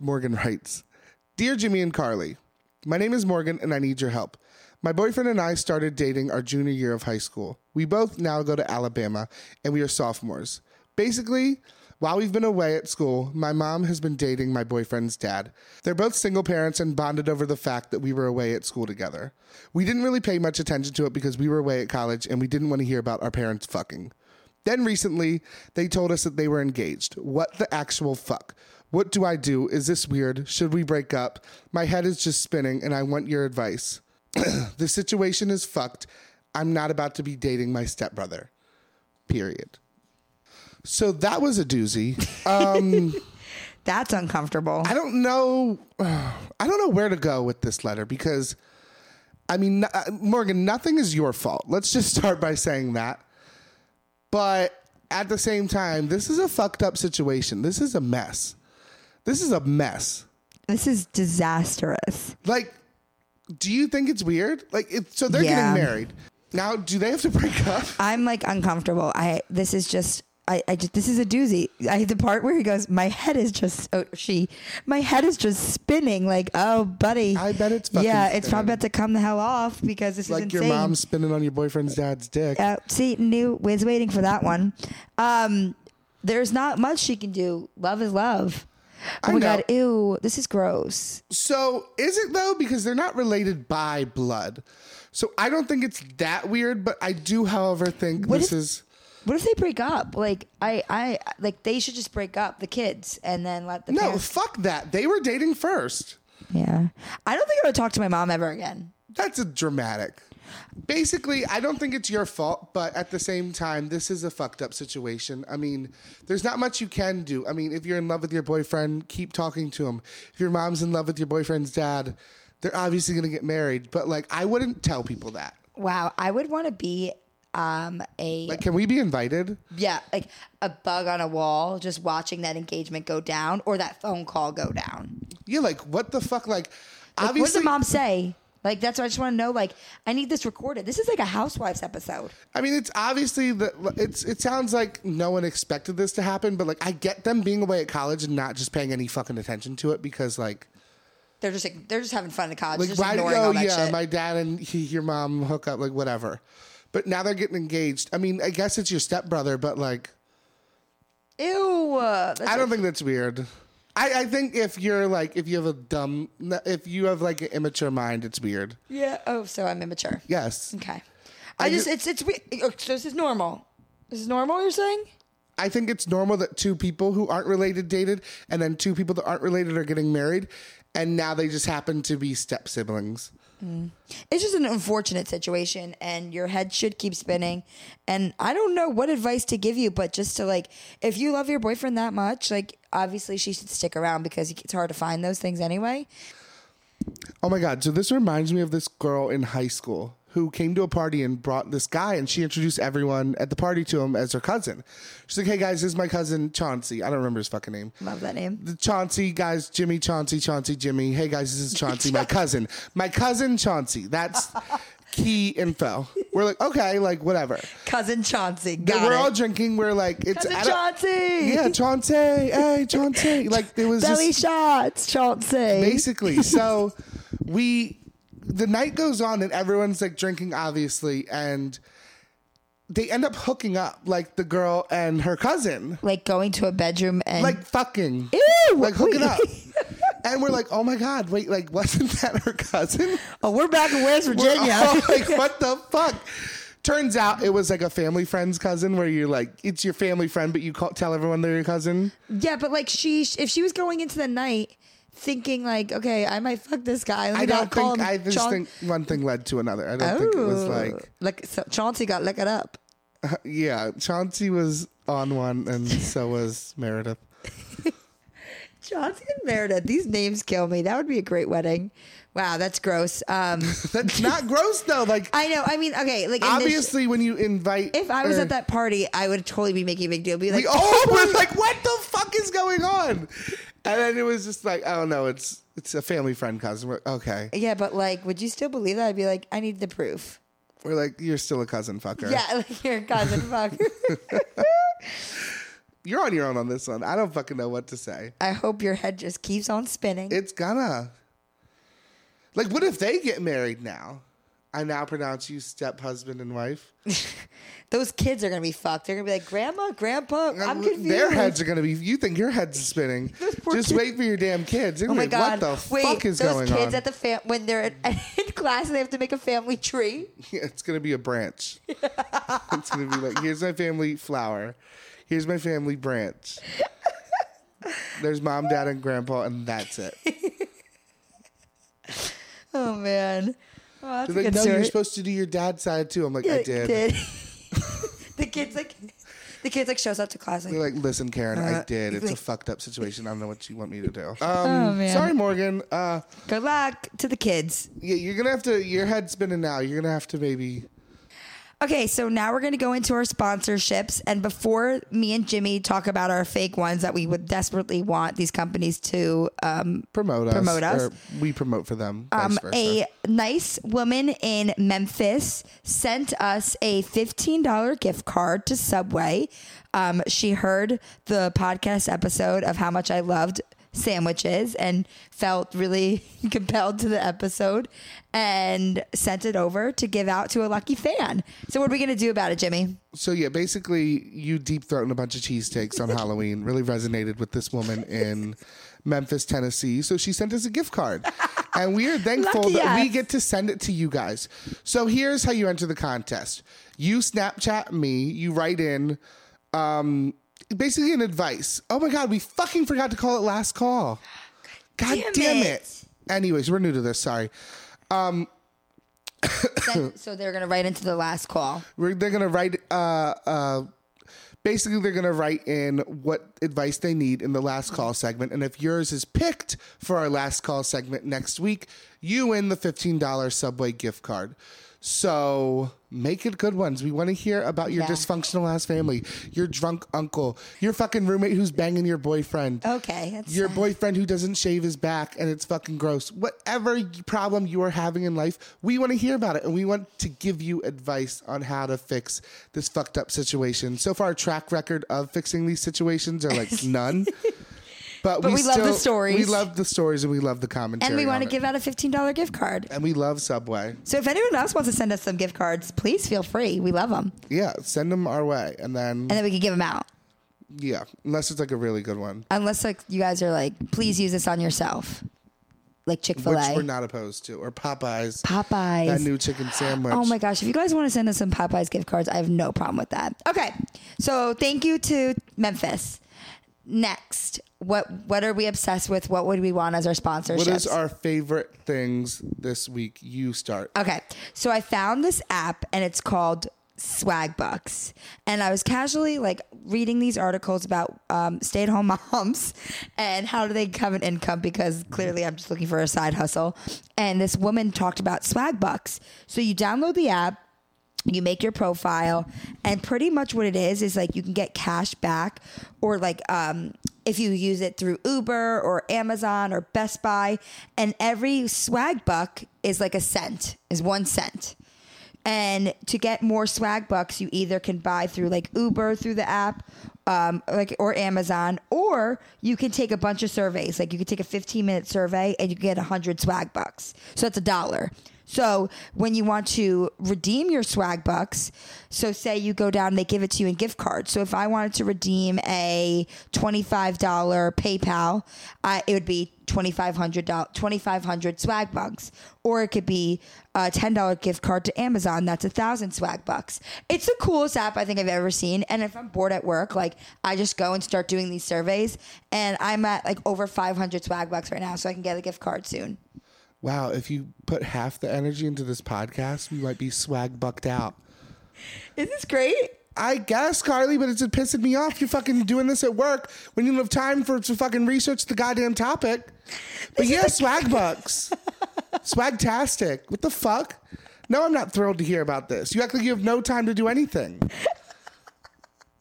Morgan writes Dear Jimmy and Carly, my name is Morgan and I need your help. My boyfriend and I started dating our junior year of high school. We both now go to Alabama and we are sophomores. Basically, while we've been away at school, my mom has been dating my boyfriend's dad. They're both single parents and bonded over the fact that we were away at school together. We didn't really pay much attention to it because we were away at college and we didn't want to hear about our parents fucking. Then recently, they told us that they were engaged. What the actual fuck? What do I do? Is this weird? Should we break up? My head is just spinning and I want your advice. the situation is fucked. I'm not about to be dating my stepbrother. Period. So that was a doozy.
That's uncomfortable.
I don't know. I don't know where to go with this letter because, I mean, uh, Morgan, nothing is your fault. Let's just start by saying that. But at the same time, this is a fucked up situation. This is a mess. This is a mess.
This is disastrous.
Like, do you think it's weird? Like, it, so they're
Yeah.
getting married. Now, do they have to break up?
I'm like uncomfortable. I this is just I, I just this is a doozy. I the part where he goes, my head is just oh she, my head is just spinning. Like oh buddy,
I bet it's fucking
yeah, it's
spinning.
probably about to come the hell off because this
Like
is
your
insane.
mom's spinning on your boyfriend's dad's dick.
Uh, see, knew was waiting for that one. Um, there's not much she can do. Love is love. Oh
I
my
know.
god, ew, this is gross.
So is it though? Because they're not related by blood. So I don't think it's that weird, but I do, however, think
What
this
if-
is
What if they break up? Like I, I like they should just break up the kids and then let the
no
parents-
fuck that. They were dating first.
Yeah, I don't think I would talk to my mom ever again.
That's a dramatic. Basically, I don't think it's your fault, but at the same time, this is a fucked up situation. I mean, there's not much you can do. I mean, if you're in love with your boyfriend, keep talking to him. If your mom's in love with your boyfriend's dad, they're obviously gonna get married. But like, I wouldn't tell people that.
Wow, I would want to be um a
Like, can we be invited?
yeah like a bug on a wall, just watching that engagement go down or that phone call go down.
Yeah, like what the fuck? Like,
Like, what does the
obviously,
mom say? Like that's what I just want to know. Like I need this recorded. This is like a housewives episode.
I mean, it's obviously the it's it sounds like no one expected this to happen, but like I get them being away at college and not just paying any fucking attention to it because like
They're just like, they're just having fun in college,
like oh,
just ignoring all that
yeah,
shit.
my dad and he, your mom hook up like whatever, but now they're getting engaged. I mean, I guess it's your stepbrother, but like
Ew, uh, that's
I don't think that's weird. I, I think if you're like if you have a dumb if you have like an immature mind, it's weird.
yeah. Oh, so I'm immature.
Yes,
Okay, I,
I
just
ju-
it's it's we- oh, so this is normal. This is normal. You're saying?
I think it's normal that two people who aren't related dated, and then two people that aren't related are getting married, and now they just happen to be step siblings.
It's just an unfortunate situation, and your head should keep spinning. And I don't know what advice to give you, but just to like, if you love your boyfriend that much, like obviously she should stick around because it's hard to find those things anyway.
Oh my god! So this reminds me of this girl in high school who came to a party and brought this guy, and she introduced everyone at the party to him as her cousin. She's like, "Hey guys, this is my cousin Chauncey. I don't remember his fucking name."
Love that name.
The Chauncey guys, Jimmy Chauncey, Chauncey Jimmy. Hey guys, this is Chauncey, my cousin, my cousin Chauncey. That's key info. We're like, okay, like whatever.
Cousin Chauncey.
But
Got
we're
it.
all drinking. We're like, it's
Cousin
I don't-
Chauncey.
Yeah, Chauncey. Hey, Chauncey. Like there was
Belly
just
shots, Chauncey.
basically. So we, the night goes on and everyone's like drinking, obviously, and they end up hooking up, like the girl and her cousin,
like going to a bedroom and
like fucking,
Ew,
like hooking
wait.
up. And we're like, oh my god, wait, like wasn't that her cousin?
oh, we're back in West
We're all
Virginia.
like, what the fuck? Turns out it was like a family friend's cousin, where you're like, it's your family friend, but you call, tell everyone they're your cousin.
yeah, but like she, if she was going into the night thinking like, okay, I might fuck this guy. Let me
I
not
don't
call
think
him
I just
Chaun-
think one thing led to another. I don't think it was
Ooh.
like
like so Chauncey got licked up.
yeah, Chauncey was on one and so was Meredith.
Chauncey and Meredith. These names kill me. That would be a great wedding. Wow, that's gross. Um,
That's not gross though. Like
I know. I mean, okay, like in this-
obviously when you invite
if I was
or-
at that party, I would totally be making a big deal. Be like, "Oh,
we all were like, what the fuck is going on? And then it was just like, oh no, it's it's a family friend cousin. We're, okay,
yeah, but like, would you still believe that? I'd be like, I need the proof.
we're like, you're still a cousin fucker.
Yeah, like your cousin. Fuck.
you're on your own on this one. I don't fucking know what to say.
I hope your head just keeps on spinning.
It's gonna. Like, what if they get married now? I now pronounce you step husband and wife.
Those kids are gonna be fucked. They're gonna be like, Grandma, Grandpa, I'm confused.
Their heads are gonna be. You think your head's spinning?
poor
Just
kid-
wait for your damn kids. They're
Oh my
gonna be like,
god!
What the
Wait,
fuck is
those
going
kids
on?
at the fam when they're in, in class and they have to make a family tree.
it's gonna be a branch. it's gonna be like, here's my family flower. Here's my family branch. There's mom, dad, and grandpa, and that's it.
Oh man. Well, that's
They're
a
like,
good
no, you're
story.
supposed to do your dad's side too. I'm like, I did.
the kids like, the kids like shows up to class like,
They're like, listen, Karen, I
Uh,
did. It's a
like- Oh,
fucked up situation. I don't know what you want me to do. Um,
man.
Sorry, Morgan. Uh,
good luck to the kids.
yeah, you're gonna have to. Your head's spinning now. You're gonna have to maybe.
Okay, so now we're going to go into our sponsorships. And before me and Jimmy talk about our fake ones that we would desperately want these companies to um,
promote us.
Promote us.
Or we promote for them.
Um,
vice versa.
a nice woman in Memphis sent us a $15 gift card to Subway. Um, she heard the podcast episode of how much I loved sandwiches and felt really compelled to the episode and sent it over to give out to a lucky fan. So, what are we going to do about it, Jimmy?
so yeah, basically, you deep throating a bunch of cheesesteaks on Halloween really resonated with this woman in Memphis, Tennessee. So she sent us a gift card, and we are thankful
Lucky
that we
us.
get to send it to you guys. So here's how you enter the contest: you Snapchat me, you write in. Um, basically an advice. Oh my god, we fucking forgot to call it last call. God damn,
Damn
it.
it.
Anyways, we're new to this, sorry.
Send- so, they're going to write into the last call.
We're, they're gonna write. Uh, uh, basically, they're gonna write in what advice they need in the last call segment, and if yours is picked for our last call segment next week, you win the fifteen dollars Subway gift card. So make it good ones. We want to hear about your
Yeah.
dysfunctional ass family, your drunk uncle, your fucking roommate who's banging your boyfriend.
Okay. That's
Your boyfriend who doesn't shave his back and it's fucking gross. Whatever problem you are having in life, we want to hear about it and we want to give you advice on how to fix this fucked up situation. So far, our track record of fixing these situations are like none. But,
we love the
still-
stories.
We love the stories and we love the commentary.
and we want
on
to
it.
give out a $15 gift card.
And we love Subway.
So if anyone else wants to send us some gift cards, please feel free. We love them.
Yeah, send them our way. And then,
And then we can give them out.
yeah, unless it's like a really good one,
Unless like you guys are like, please use this on yourself. Like Chick-fil-A.
which we're not opposed to, or Popeyes.
Popeyes.
That new chicken sandwich.
Oh my gosh. If you guys want to send us some Popeyes gift cards, I have no problem with that. Okay. So thank you to Memphis. Next, what what are we obsessed with? What would we want as our sponsorships?
What is our favorite things this week? You start.
Okay. So I found this app and it's called Swagbucks. And I was casually like reading these articles about um, stay at home moms and how do they have an income because clearly I'm just looking for a side hustle. And this woman talked about Swagbucks. So you download the app, you make your profile and pretty much what it is is like you can get cash back or like um if you use it through Uber or Amazon or Best Buy and every swag buck is like a cent is 1 cent and to get more swag bucks you either can buy through like Uber through the app um, like or Amazon or you can take a bunch of surveys like you can take a 15 minute survey and you can get 100 swag bucks so that's a dollar so when you want to redeem your swag bucks, so say you go down, they give it to you in gift cards. So if I wanted to redeem a $25 PayPal, I it would be $2,500, doll- 2,500 swag bucks. Or it could be a $10 gift card to Amazon. That's a thousand swag bucks. It's the coolest app I think I've ever seen. And if I'm bored at work, like I just go and start doing these surveys and I'm at like over 500 swag bucks right now. So I can get a gift card soon.
Wow, if you put half the energy into this podcast, we might be swag bucked out.
Isn't this great?
I guess, Carly, but it's pissing me off. You're fucking doing this at work when you don't have time for to fucking research the goddamn topic. But yeah, swag bucks. Swagtastic. What the fuck? No, I'm not thrilled to hear about this. You act like you have no time to do anything.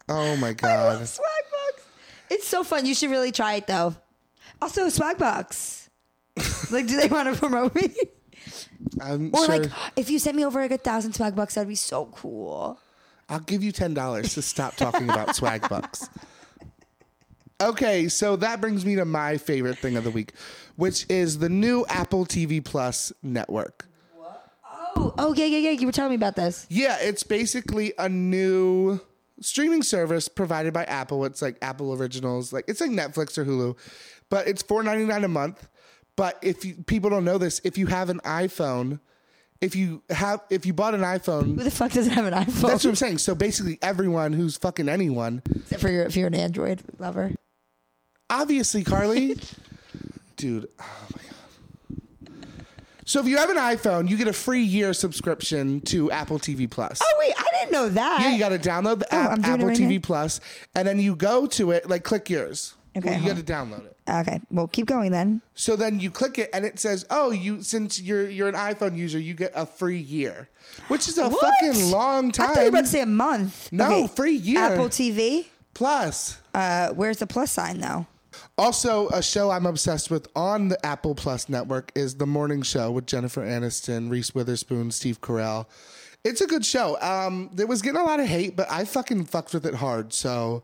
Oh my god.
Swagbucks. It's so fun. You should really try it though. Also, Swagbucks. like, do they want to promote me?
I'm
Or
sure
like, if you send me over like a thousand Swagbucks, that'd be so cool.
I'll give you ten dollars to stop talking about swag bucks. Okay, so that brings me to my favorite thing of the week, which is the new Apple TV Plus network.
Oh, oh yeah, yeah, yeah. You were telling me about this.
Yeah, it's basically a new streaming service provided by Apple. It's like Apple Originals, like it's like Netflix or Hulu, but it's $4.99 a month. But if you, people don't know this, if you have an iPhone, if you have if you bought an iPhone,
Who the fuck doesn't have an iPhone?
that's what I'm saying. So basically, everyone who's fucking anyone
Except for your, if you're an Android lover.
Obviously, Carly. Dude, oh my god. So if you have an iPhone, you get a free year subscription to Apple TV Plus.
Oh wait, I didn't know that.
Yeah, you got to download the app,
I'm doing it
Apple
right
TV
now.
Plus, and then you go to it, like click yours.
Okay, Uh-huh.
you
hold
got to download it.
okay, well keep going then.
So then you click it, and it says, "Oh, you since you're you're an iPhone user, you get a free year, which is a
What?
fucking long
I thought you were
time.
about to say a month.
No, free year.
Apple TV.
Plus,
Uh, where's the plus sign though?
also a show I'm obsessed with on the Apple Plus network is The Morning Show with Jennifer Aniston, Reese Witherspoon, Steve Carell. It's a good show. Um, it was getting a lot of hate, but I fucking fucked with it hard. So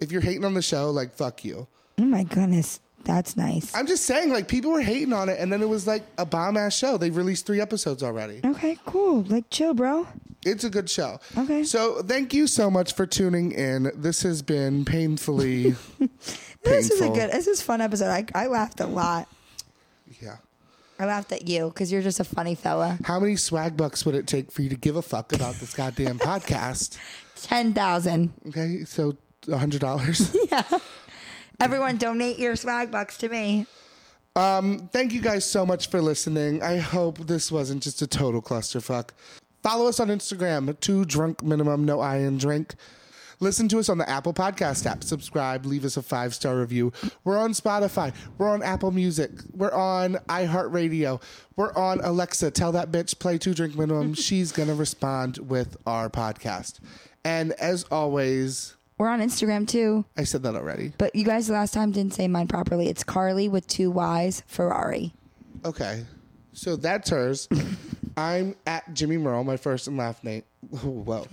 if you're hating on the show, like fuck you.
Oh my goodness, that's nice.
I'm just saying, like people were hating on it, and then it was like a bomb ass show. They released three episodes already.
Okay, cool. Like chill, bro.
It's a good show.
Okay.
So thank you so much for tuning in. This has been painfully painful.
This was a good. This was a fun episode. I I laughed a lot.
Yeah.
I laughed at you because you're just a funny fella.
How many swag bucks would it take for you to give a fuck about this goddamn podcast?
Ten thousand.
Okay, so hundred dollars.
Everyone, donate your swag bucks to me.
Thank you guys so much for listening. I hope this wasn't just a total clusterfuck. Follow us on Instagram, two drunk minimum, no I in drink. Listen to us on the Apple Podcast app. Subscribe, leave us a five star review. We're on Spotify. We're on Apple Music. We're on iHeartRadio. We're on Alexa. Tell that bitch, play two drink minimum. She's going to respond with our podcast. And as always,
We're on Instagram too.
I said that already.
But you guys last time didn't say mine properly. It's Carly with two Y's, Ferrari.
Okay. So that's hers. I'm at Jimmy Merle, my first and last name. Whoa.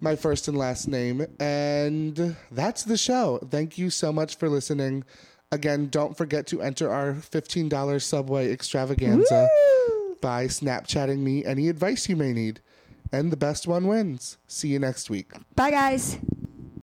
my first and last name. And that's the show. Thank you so much for listening. Again, don't forget to enter our $15 Subway extravaganza by Snapchatting me any advice you may need. And the best one wins. See you next week.
Bye, guys.